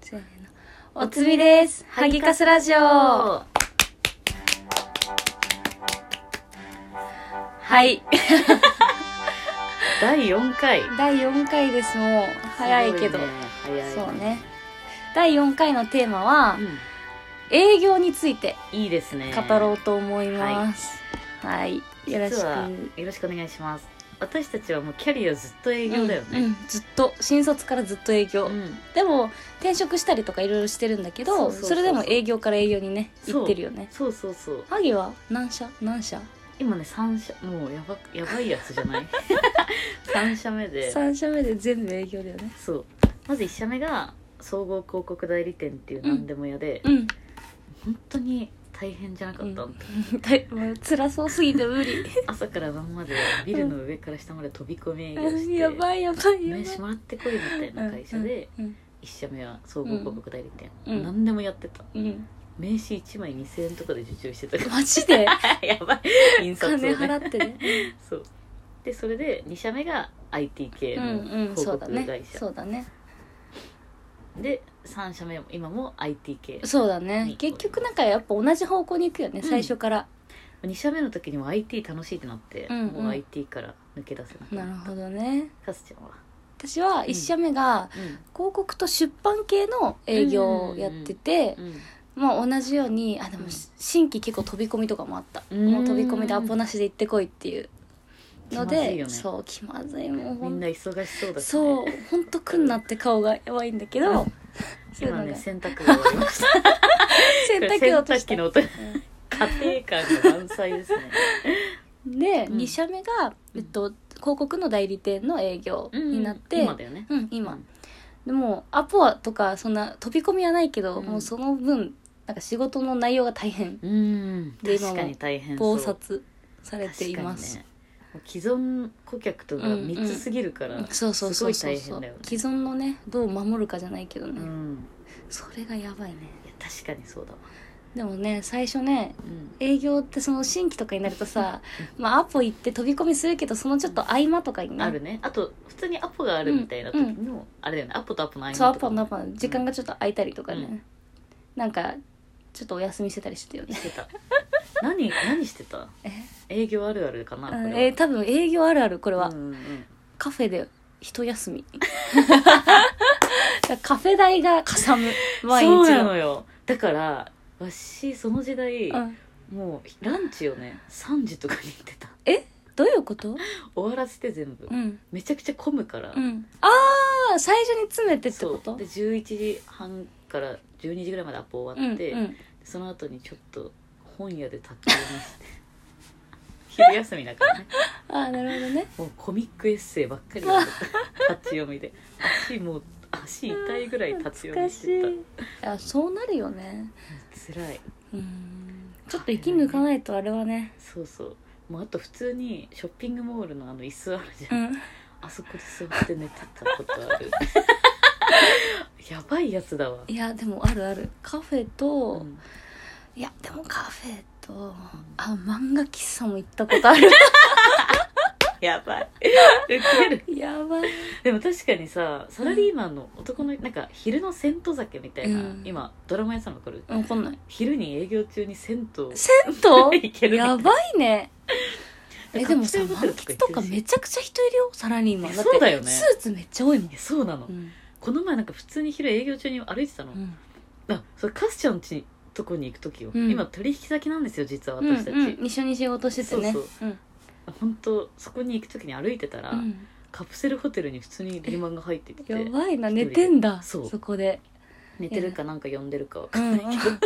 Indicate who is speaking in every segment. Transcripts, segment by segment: Speaker 1: せーのおつみですハギカスラジオは
Speaker 2: はい第4回
Speaker 1: 第4回ですもう早いけど
Speaker 2: すごね早い
Speaker 1: そうね第4回のテーマは
Speaker 2: うん
Speaker 1: 営業について
Speaker 2: いいですね
Speaker 1: 語ろうと思います、はい、よろし
Speaker 2: 実は
Speaker 1: く
Speaker 2: よろしくお願いします私たちはもうキャリアずっと営業だよ
Speaker 1: うんう
Speaker 2: ね
Speaker 1: んずっと新卒からずっと営業、
Speaker 2: うん
Speaker 1: でも転職したりとかいろいろしてるんだけ
Speaker 2: そう
Speaker 1: ど
Speaker 2: そうそう
Speaker 1: それでも営業から営業にね
Speaker 2: そう
Speaker 1: 行ってるよね
Speaker 2: そうそうそう
Speaker 1: ハギは何社何社
Speaker 2: 今ね3社もうやばやばいやつじゃ ない三社目で
Speaker 1: 3社目で全部営業だよね
Speaker 2: そうまず1社目が総合広告代理店っていう何でも屋で、
Speaker 1: うん
Speaker 2: 本当に大変じゃなかったん だ、
Speaker 1: もう辛そうすぎて無理
Speaker 2: 朝から晩までビルの上から下まで飛び込み営業して
Speaker 1: やばいやばいやば
Speaker 2: 名
Speaker 1: い
Speaker 2: 刺もらってこいみたいな会社で
Speaker 1: うん
Speaker 2: 1社目は総合広告代理店、
Speaker 1: うん
Speaker 2: 何でもやってた
Speaker 1: うん、うん
Speaker 2: 名刺1枚2000円とかで受注してた
Speaker 1: マジ で
Speaker 2: やばい印刷を
Speaker 1: 金
Speaker 2: ね
Speaker 1: 払って ね
Speaker 2: そうでそれで2社目が IT 系
Speaker 1: うん
Speaker 2: の
Speaker 1: うん
Speaker 2: 広
Speaker 1: そう
Speaker 2: 告
Speaker 1: だ
Speaker 2: 会社、
Speaker 1: ねそうだね
Speaker 2: で3社目も今も IT 系
Speaker 1: そうだね結局なんかやっぱ同じ方向に行くよね、
Speaker 2: うん
Speaker 1: 最初から
Speaker 2: 2社目の時にも IT 楽しいってなって、
Speaker 1: うんうん
Speaker 2: もう IT から抜け出せなく
Speaker 1: な
Speaker 2: な
Speaker 1: る
Speaker 2: った
Speaker 1: ほどね
Speaker 2: カスちゃんは、
Speaker 1: 私は1社目が広告と出版系の営業をやってて、
Speaker 2: うん
Speaker 1: まあ同じようにあでも
Speaker 2: うん
Speaker 1: 新規結構飛び込みとかもあった、
Speaker 2: うん
Speaker 1: もう飛び込みでアポなしで行ってこいっていうの
Speaker 2: 気まずい
Speaker 1: で
Speaker 2: よね
Speaker 1: そう気まずいもう
Speaker 2: み
Speaker 1: ほ
Speaker 2: ん
Speaker 1: ん
Speaker 2: な忙しそうだし、ね、
Speaker 1: そうほんと来んなって顔がやばいんだけど そういう
Speaker 2: 今
Speaker 1: の
Speaker 2: ね
Speaker 1: が
Speaker 2: 洗濯が終わりました
Speaker 1: 洗濯機落とし
Speaker 2: 洗濯機
Speaker 1: た
Speaker 2: の音家庭感が満載ですね
Speaker 1: で、
Speaker 2: うん
Speaker 1: 2社目が、えっと、広告の代理店の営業になって、
Speaker 2: 今だよね
Speaker 1: うん今でもアポはとかそんな飛び込みはないけど、
Speaker 2: うん
Speaker 1: もうその分なんか仕事の内容が大変
Speaker 2: うん
Speaker 1: で
Speaker 2: 確かに大変そう
Speaker 1: 忙殺されています、
Speaker 2: 確かにね、もう既存顧客とが三つすぎるから、
Speaker 1: うんそうそうそうそう
Speaker 2: す
Speaker 1: そ
Speaker 2: ご
Speaker 1: う、
Speaker 2: い大変だよね
Speaker 1: 既存のねどう守るかじゃないけど
Speaker 2: う
Speaker 1: ね、
Speaker 2: ん
Speaker 1: それがやばいね
Speaker 2: いや確かにそうだわ、
Speaker 1: でもね最初ね
Speaker 2: うん
Speaker 1: 営業ってその新規とかになるとさ、まあ、アポ行って飛び込みするけどそのちょっと合間とかにね
Speaker 2: あるねあと普通にアポがあるみたいな時にも、あれだよねアポとアポの合間
Speaker 1: そうア
Speaker 2: とか
Speaker 1: ポ
Speaker 2: も
Speaker 1: のアポの時間がちょっと空いたりとかね、
Speaker 2: うん
Speaker 1: なんかちょっとお休みしてたりしてたよ ね
Speaker 2: してた何何してた
Speaker 1: え
Speaker 2: 営業あるあるかなこれ
Speaker 1: う
Speaker 2: は、
Speaker 1: んえー多分営業あるあるこれは、
Speaker 2: うんうんうん
Speaker 1: カフェで一休み カフェ代がかさむ毎日
Speaker 2: そうな
Speaker 1: の
Speaker 2: のよだからわしその時代、
Speaker 1: うん
Speaker 2: もうランチをね3時とかに行ってた
Speaker 1: どういうこと
Speaker 2: 終わらせて全部、
Speaker 1: うん、
Speaker 2: めちゃくちゃ混むから、
Speaker 1: うん、ああ最初に詰めてって
Speaker 2: そ
Speaker 1: こ
Speaker 2: う
Speaker 1: と
Speaker 2: で11時半から12時ぐらいまでアポ終わって、
Speaker 1: うんうん、
Speaker 2: その後にちょっと本屋で立ち読みして 昼休みだからね
Speaker 1: ああなるほど ね
Speaker 2: もうコミックエッセイばっかり読んでた立ち読みで足もう足痛いぐらい立ち読
Speaker 1: 懐
Speaker 2: み
Speaker 1: か
Speaker 2: し
Speaker 1: して
Speaker 2: た
Speaker 1: いあそうなるよね
Speaker 2: 辛い
Speaker 1: うんちょっと息抜かないとあれはね
Speaker 2: そうそうもうあと普通にショッピングモールのあの椅子あるじゃん、
Speaker 1: うん
Speaker 2: あそこで座って寝てたこと あるやばいやつだわ、
Speaker 1: いやでもあるあるカフェと、
Speaker 2: うん
Speaker 1: いやでもカフェとあ漫画喫茶も行ったことあ る
Speaker 2: やば いウケる
Speaker 1: やばい
Speaker 2: でも確かにさサラリーマンの男のなんか昼の銭湯酒みたいな、
Speaker 1: うん
Speaker 2: 今ドラマ屋さんわかる
Speaker 1: 分かんない
Speaker 2: 昼に営業中に銭湯
Speaker 1: 銭
Speaker 2: いける
Speaker 1: 湯
Speaker 2: ね
Speaker 1: やばいねえでもさ
Speaker 2: カプセ
Speaker 1: 満
Speaker 2: ルホテ
Speaker 1: 喫
Speaker 2: ル
Speaker 1: と
Speaker 2: と
Speaker 1: か
Speaker 2: か行ってる
Speaker 1: め
Speaker 2: し
Speaker 1: ちゃくちゃ人いるよサラリーマン
Speaker 2: え
Speaker 1: だって
Speaker 2: そうだよね
Speaker 1: スーツめっちゃ多いもん
Speaker 2: いや、そうなの、
Speaker 1: うん
Speaker 2: この前なんか普通に昼営業中に歩いてたの、
Speaker 1: うん
Speaker 2: あそれカスちゃんちとこに行く時よ、
Speaker 1: うん
Speaker 2: 今取引先なんですよ実は
Speaker 1: うん
Speaker 2: 私たち、
Speaker 1: うん、一緒に仕事しててね
Speaker 2: そう
Speaker 1: うん
Speaker 2: 本当そこに行く時に歩いてたら、
Speaker 1: うん
Speaker 2: カプセルホテルに普通にリーマンが入ってきて
Speaker 1: やばいな
Speaker 2: 一人で
Speaker 1: 寝てんだ
Speaker 2: そ
Speaker 1: そうこ で
Speaker 2: 寝てるかなんか呼んでるかわ
Speaker 1: う
Speaker 2: かん
Speaker 1: ん
Speaker 2: ないけど、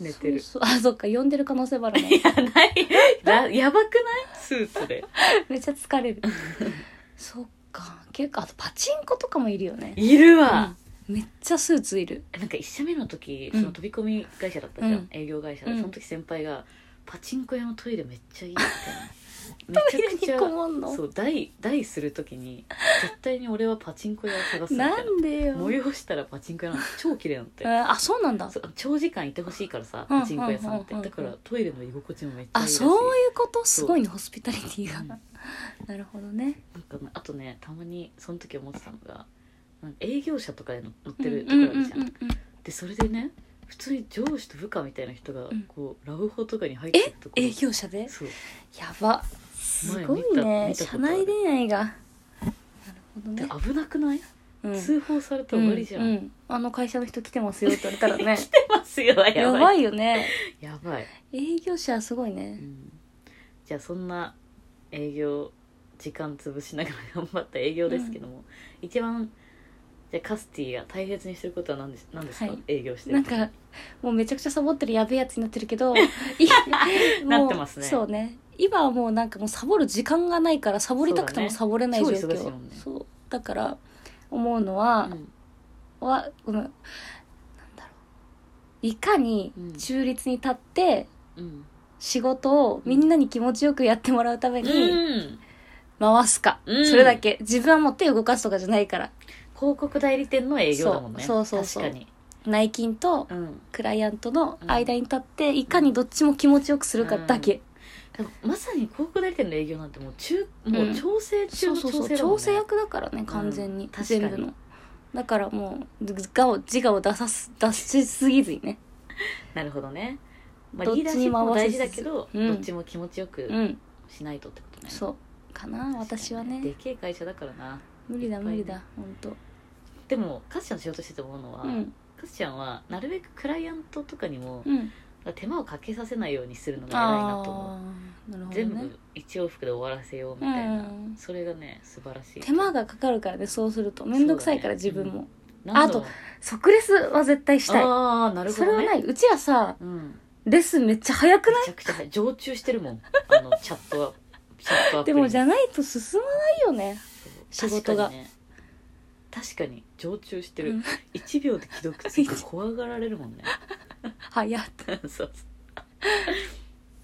Speaker 2: 寝てる
Speaker 1: そうそうあそっか呼んでる可能性もあるね
Speaker 2: いやない らやばくないスーツで
Speaker 1: めっちゃ疲れるそっか結構あとパチンコとかもいるよね
Speaker 2: いるわ、
Speaker 1: うんめっちゃスーツいる
Speaker 2: なんか一社目の時
Speaker 1: うん
Speaker 2: その飛び込み会社だったじゃん、
Speaker 1: うん
Speaker 2: 営業会社
Speaker 1: う
Speaker 2: で
Speaker 1: ん
Speaker 2: その時先輩が「パチンコ屋のトイレめっちゃいい」みたいなめちゃくち
Speaker 1: トイレにこ
Speaker 2: ゃ
Speaker 1: もんの
Speaker 2: そう台台する時に絶対に俺はパチンコ屋を探すみたいな
Speaker 1: なんでよ
Speaker 2: 催したらパチンコ屋なんて超綺麗なんて
Speaker 1: あそうなんだ
Speaker 2: そう長時間いてほしいからさ
Speaker 1: うん
Speaker 2: パチンコ屋さんっ
Speaker 1: う
Speaker 2: て
Speaker 1: んうん
Speaker 2: だからトイレの居心地もめっちゃ
Speaker 1: あ
Speaker 2: いいらしい
Speaker 1: そういうこと
Speaker 2: そ
Speaker 1: す
Speaker 2: う
Speaker 1: ごいねホスピタリティが
Speaker 2: うん
Speaker 1: なるほどね
Speaker 2: なんかねあとねたまにその時思ってたのがなんか営業者とかで乗ってると
Speaker 1: う
Speaker 2: こ
Speaker 1: ん
Speaker 2: ろ
Speaker 1: う
Speaker 2: ある
Speaker 1: ん
Speaker 2: じゃん,、でそれでね普通に上司と部下みたいな人が
Speaker 1: ん
Speaker 2: こう、ラブホとかに入ってるところ
Speaker 1: 営業者で
Speaker 2: そう
Speaker 1: やばすごい
Speaker 2: 前
Speaker 1: ね
Speaker 2: 見た見たことある
Speaker 1: 社内恋愛がなるほど
Speaker 2: で
Speaker 1: ね、
Speaker 2: 危なくない、
Speaker 1: うん
Speaker 2: 通報されたら終わりじゃ
Speaker 1: う
Speaker 2: ん、
Speaker 1: うあの会社の人来てますよって言われたら ね
Speaker 2: ますよ やばい
Speaker 1: やばいよね
Speaker 2: やばい、
Speaker 1: 営業者はすごいうね
Speaker 2: んじゃあそんな営業時間潰しながら頑張った営業ですけども、一番じゃあカスティが大切にしてることは何です何ですか、
Speaker 1: はい
Speaker 2: 営業してる
Speaker 1: なんかもうめちゃくちゃサボってるやべえやつになってるけ どいもう
Speaker 2: なってますね
Speaker 1: そうね今はもうなんかもうサボる時間がないからサボりたくてもサボれない状況
Speaker 2: そう
Speaker 1: そう,、
Speaker 2: だね超忙しいもんね
Speaker 1: だから思うのは、
Speaker 2: うん
Speaker 1: はごめんなんだろういかに中立に立って
Speaker 2: うん
Speaker 1: 仕事をみんなに気持ちよくやってもらうために
Speaker 2: うん
Speaker 1: 回すか、
Speaker 2: うん
Speaker 1: それだけ自分はもう手を動かすとかじゃないから
Speaker 2: 広告代理店の営業だもんね
Speaker 1: そうそうそうそう
Speaker 2: 確かに、
Speaker 1: 内勤と
Speaker 2: うん、
Speaker 1: クライアントの間に立っていかにどっちも気持ちよくするかだけ、
Speaker 2: でもまさに広告代理店の営業なんてもう中もううん調整
Speaker 1: そう
Speaker 2: 中の
Speaker 1: そうそ
Speaker 2: 調
Speaker 1: う
Speaker 2: 整だもんね
Speaker 1: 調整役だからね完全に、
Speaker 2: うん確かに
Speaker 1: 全部のだからもう自我を自我を出さす出しすぎずにね
Speaker 2: なるほどね、まあ、
Speaker 1: どっち
Speaker 2: リーダーシップ
Speaker 1: にも合
Speaker 2: も
Speaker 1: わせ
Speaker 2: 大
Speaker 1: つつ
Speaker 2: 事だけど、
Speaker 1: うん
Speaker 2: どっちも気持ちよく
Speaker 1: うん
Speaker 2: しないとってことね、
Speaker 1: そうかな私は
Speaker 2: で
Speaker 1: ね
Speaker 2: けえ会社だからな
Speaker 1: 無理だ
Speaker 2: いっぱい
Speaker 1: 無
Speaker 2: ね
Speaker 1: 理だ本当
Speaker 2: でもカスちゃんの仕事してて思うのは、
Speaker 1: うん
Speaker 2: カスちゃんはなるべくクライアントとかにも、
Speaker 1: うん
Speaker 2: 手間をかけさせないようにするのが偉いなと思う、
Speaker 1: ああなるほどね
Speaker 2: 全部一往復で終わらせようみ
Speaker 1: う
Speaker 2: たいな、
Speaker 1: ん
Speaker 2: それがね素晴らしい
Speaker 1: 手間がかかるからねそうすると面倒くさいから
Speaker 2: そ
Speaker 1: 自
Speaker 2: うだね
Speaker 1: 分も、
Speaker 2: 何度も
Speaker 1: あ即レスは絶対したい、
Speaker 2: ああなるほ
Speaker 1: そ
Speaker 2: ど、ね、
Speaker 1: れはないうんうちはさ
Speaker 2: うん、
Speaker 1: レスめっちゃ早く
Speaker 2: め
Speaker 1: ない
Speaker 2: ちゃくちゃ早い常駐してるもん あのチャットはチャットアプ
Speaker 1: で
Speaker 2: リ
Speaker 1: もじゃないと進まないよね
Speaker 2: そう
Speaker 1: 仕事が
Speaker 2: 確かに,、ね、確かに常駐してる、
Speaker 1: うん
Speaker 2: 1秒で既読ついて怖がられるもんね
Speaker 1: 早っ
Speaker 2: そうそう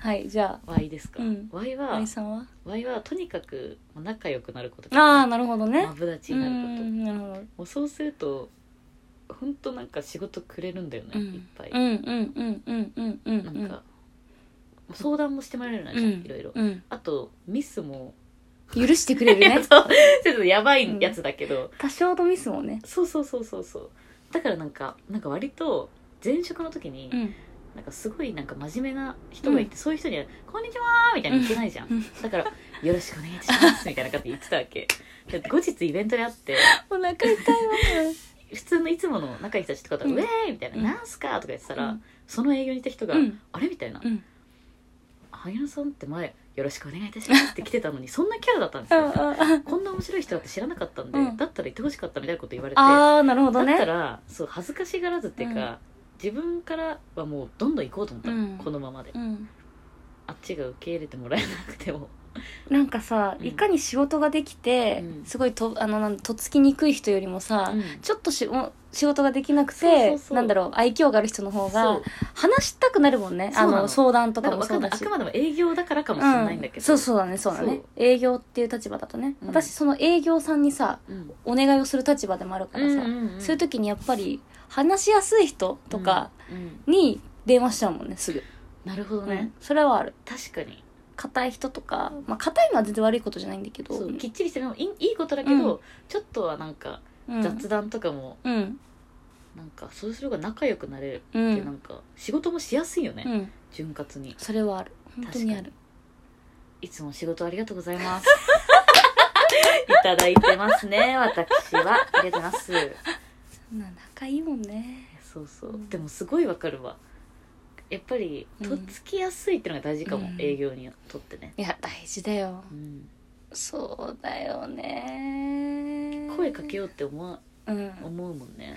Speaker 1: はいじゃ
Speaker 2: Y ですか、
Speaker 1: うん
Speaker 2: Y
Speaker 1: あ
Speaker 2: は
Speaker 1: 愛さんは
Speaker 2: Y はとにかく仲良くなること
Speaker 1: ああなるほどね
Speaker 2: マブダチ
Speaker 1: う
Speaker 2: になること
Speaker 1: んなるほど
Speaker 2: もうそうするとほんとなんか仕事くれるんだよね、
Speaker 1: うん
Speaker 2: いっぱい、
Speaker 1: うんうんうんうんうんうんう
Speaker 2: なんんか、相談もしてもらえるようになるじゃん、
Speaker 1: うん
Speaker 2: いろいろ
Speaker 1: うん
Speaker 2: あとミスも、
Speaker 1: 許してくれる
Speaker 2: い や
Speaker 1: ね
Speaker 2: そうちょっとやばいやつだけど、
Speaker 1: 多少のミスもね
Speaker 2: そうそうそうそうそうだからなんかなんか割と前職の時に、
Speaker 1: うん
Speaker 2: なんかすごいなんか真面目な人がいて、そういう人には「こんにちは」みたいにいけないじゃん、
Speaker 1: うん
Speaker 2: だから「よろしくお願いいたします」みたいな感じで言ってたわけで後日イベントで会って
Speaker 1: お腹痛いわ
Speaker 2: 普通のいつもの仲いい人たちとかだと「
Speaker 1: うん
Speaker 2: ウェーイ!」みたいな「
Speaker 1: うん
Speaker 2: なんすか?」とか言ってたら、
Speaker 1: うん
Speaker 2: その営業にいた人が「
Speaker 1: うん
Speaker 2: あれ?」みたいな
Speaker 1: うん
Speaker 2: 「萩野さんって前よろしくお願いいたします」って来てたのにそんなキャラだったんですよ
Speaker 1: ああ
Speaker 2: こんな面白い人だって知らなかったんで、
Speaker 1: うん
Speaker 2: だったら言ってほしかったみたいなこと言われて
Speaker 1: ああなるほど
Speaker 2: だった
Speaker 1: ね
Speaker 2: らそう恥ずかしがらずっていうか、自分からはもうどんどん行こうと思ったの、
Speaker 1: うん
Speaker 2: このままで
Speaker 1: うん
Speaker 2: あっちが受け入れてもらえなくても
Speaker 1: なんかさ
Speaker 2: うん
Speaker 1: いかに仕事ができて
Speaker 2: うん
Speaker 1: すごいとあのなんとっつきにくい人よりもさ
Speaker 2: うん
Speaker 1: ちょっとしも仕事ができなく
Speaker 2: そうそ
Speaker 1: て
Speaker 2: うそう
Speaker 1: なんだろう愛嬌がある人の方
Speaker 2: そ
Speaker 1: が
Speaker 2: う
Speaker 1: 話したくなるもんね
Speaker 2: そう
Speaker 1: あ
Speaker 2: なの
Speaker 1: の相談と
Speaker 2: だ
Speaker 1: から
Speaker 2: か
Speaker 1: も
Speaker 2: わ
Speaker 1: そ
Speaker 2: か
Speaker 1: うん
Speaker 2: な
Speaker 1: だ
Speaker 2: い
Speaker 1: し
Speaker 2: あくまでも営業だからかもしれないんだけど、
Speaker 1: そうそうだねそうだね
Speaker 2: そ
Speaker 1: 営業っていう立場だとね
Speaker 2: うん
Speaker 1: 私その営業さんにさ
Speaker 2: うん
Speaker 1: お願いをする立場でもあるからさそういう時にやっぱり話しやすい人とか、
Speaker 2: うんうん
Speaker 1: に電話しちゃうもんねすぐ、
Speaker 2: なるほど
Speaker 1: う
Speaker 2: ね
Speaker 1: ん、それはある
Speaker 2: 確かに
Speaker 1: 硬い人とかまあ硬いのは全然悪いことじゃないんだけど
Speaker 2: そうきっちりしてるのもいいいいことだけど、ちょっとはなんか
Speaker 1: うん
Speaker 2: 雑談とかも
Speaker 1: うん
Speaker 2: なんかそうする方が仲良くなれるっ
Speaker 1: う
Speaker 2: て
Speaker 1: ん
Speaker 2: なんか仕事もしやすいよね、
Speaker 1: うん
Speaker 2: 潤滑に
Speaker 1: それはある本当にある
Speaker 2: いつも仕事ありがとうござ います。いただいてますね、私は。ありがとうございます。
Speaker 1: な仲いいもんね
Speaker 2: そうそう。でもすごいわかるわ。やっぱり、
Speaker 1: うん
Speaker 2: とっつきやすいってのが大事かも、
Speaker 1: うん
Speaker 2: 営業にとってね。
Speaker 1: いや大事だよ
Speaker 2: うん、
Speaker 1: そうだよね
Speaker 2: 声かけようって思わ
Speaker 1: うん
Speaker 2: 思うもんね。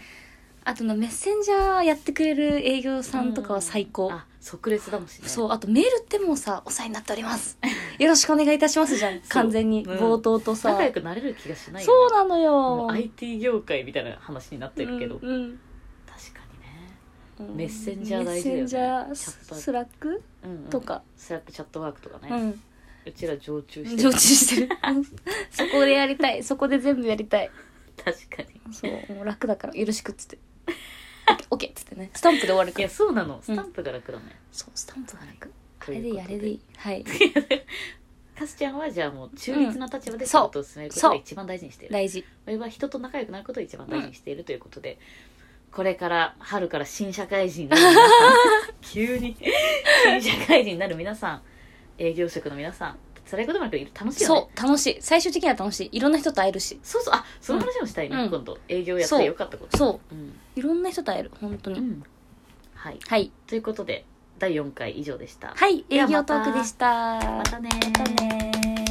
Speaker 1: あとのメッセンジャーやってくれる営業さんとかは最高、
Speaker 2: あ、即レスだもしね。
Speaker 1: そうあとメールってもうさお世話になっておりますよろしくお願いいたしますじゃん完全に
Speaker 2: うん
Speaker 1: 冒頭とさ、
Speaker 2: 仲良くなれる気がしない
Speaker 1: そう
Speaker 2: ね
Speaker 1: なのよ
Speaker 2: もう IT 業界みたいな話になってるけど。
Speaker 1: うん
Speaker 2: 確かにね。
Speaker 1: うん
Speaker 2: メッセンジャー大事だよね
Speaker 1: メッセンジャー
Speaker 2: チャット
Speaker 1: スラック
Speaker 2: うん、うん。
Speaker 1: と。か
Speaker 2: スラックチャットワークとか
Speaker 1: う
Speaker 2: ね。
Speaker 1: ん
Speaker 2: うちら常駐して
Speaker 1: 常
Speaker 2: る
Speaker 1: 駐。してる そこでやりたいそこで全部やりたい
Speaker 2: 確かに。
Speaker 1: そうもう楽だからよろしくっ つってオッケーオッケーっつってねスタンプで終わる
Speaker 2: い
Speaker 1: から
Speaker 2: やそうなのスタンプが楽だね、
Speaker 1: そうスタンプが楽あ
Speaker 2: と
Speaker 1: れ
Speaker 2: いう
Speaker 1: で
Speaker 2: こと
Speaker 1: やれでいいはい
Speaker 2: カスちゃんはじゃあもう中立な立場で仕事を進めること
Speaker 1: そ
Speaker 2: が
Speaker 1: う
Speaker 2: 一番大事にしている
Speaker 1: 大事
Speaker 2: それは人と仲良くなることを一番大事にしているということで、これから春から新社会人になる皆 さん急に新社会人になる皆さん営業職の皆さん辛いこともあるけど楽しいよね
Speaker 1: そう楽しい最終的には楽しいいろんな人と会えるし
Speaker 2: そうそうあその話もしたいね、
Speaker 1: うん
Speaker 2: 今度営業やってよかったこと、
Speaker 1: そう
Speaker 2: ん
Speaker 1: ういろんな人と会える本当に、
Speaker 2: うん、はい
Speaker 1: はい
Speaker 2: ということで第4回以上でした、
Speaker 1: はい
Speaker 2: で
Speaker 1: 営
Speaker 2: は
Speaker 1: 業
Speaker 2: ま
Speaker 1: ト
Speaker 2: た
Speaker 1: ークでした
Speaker 2: またね
Speaker 1: またね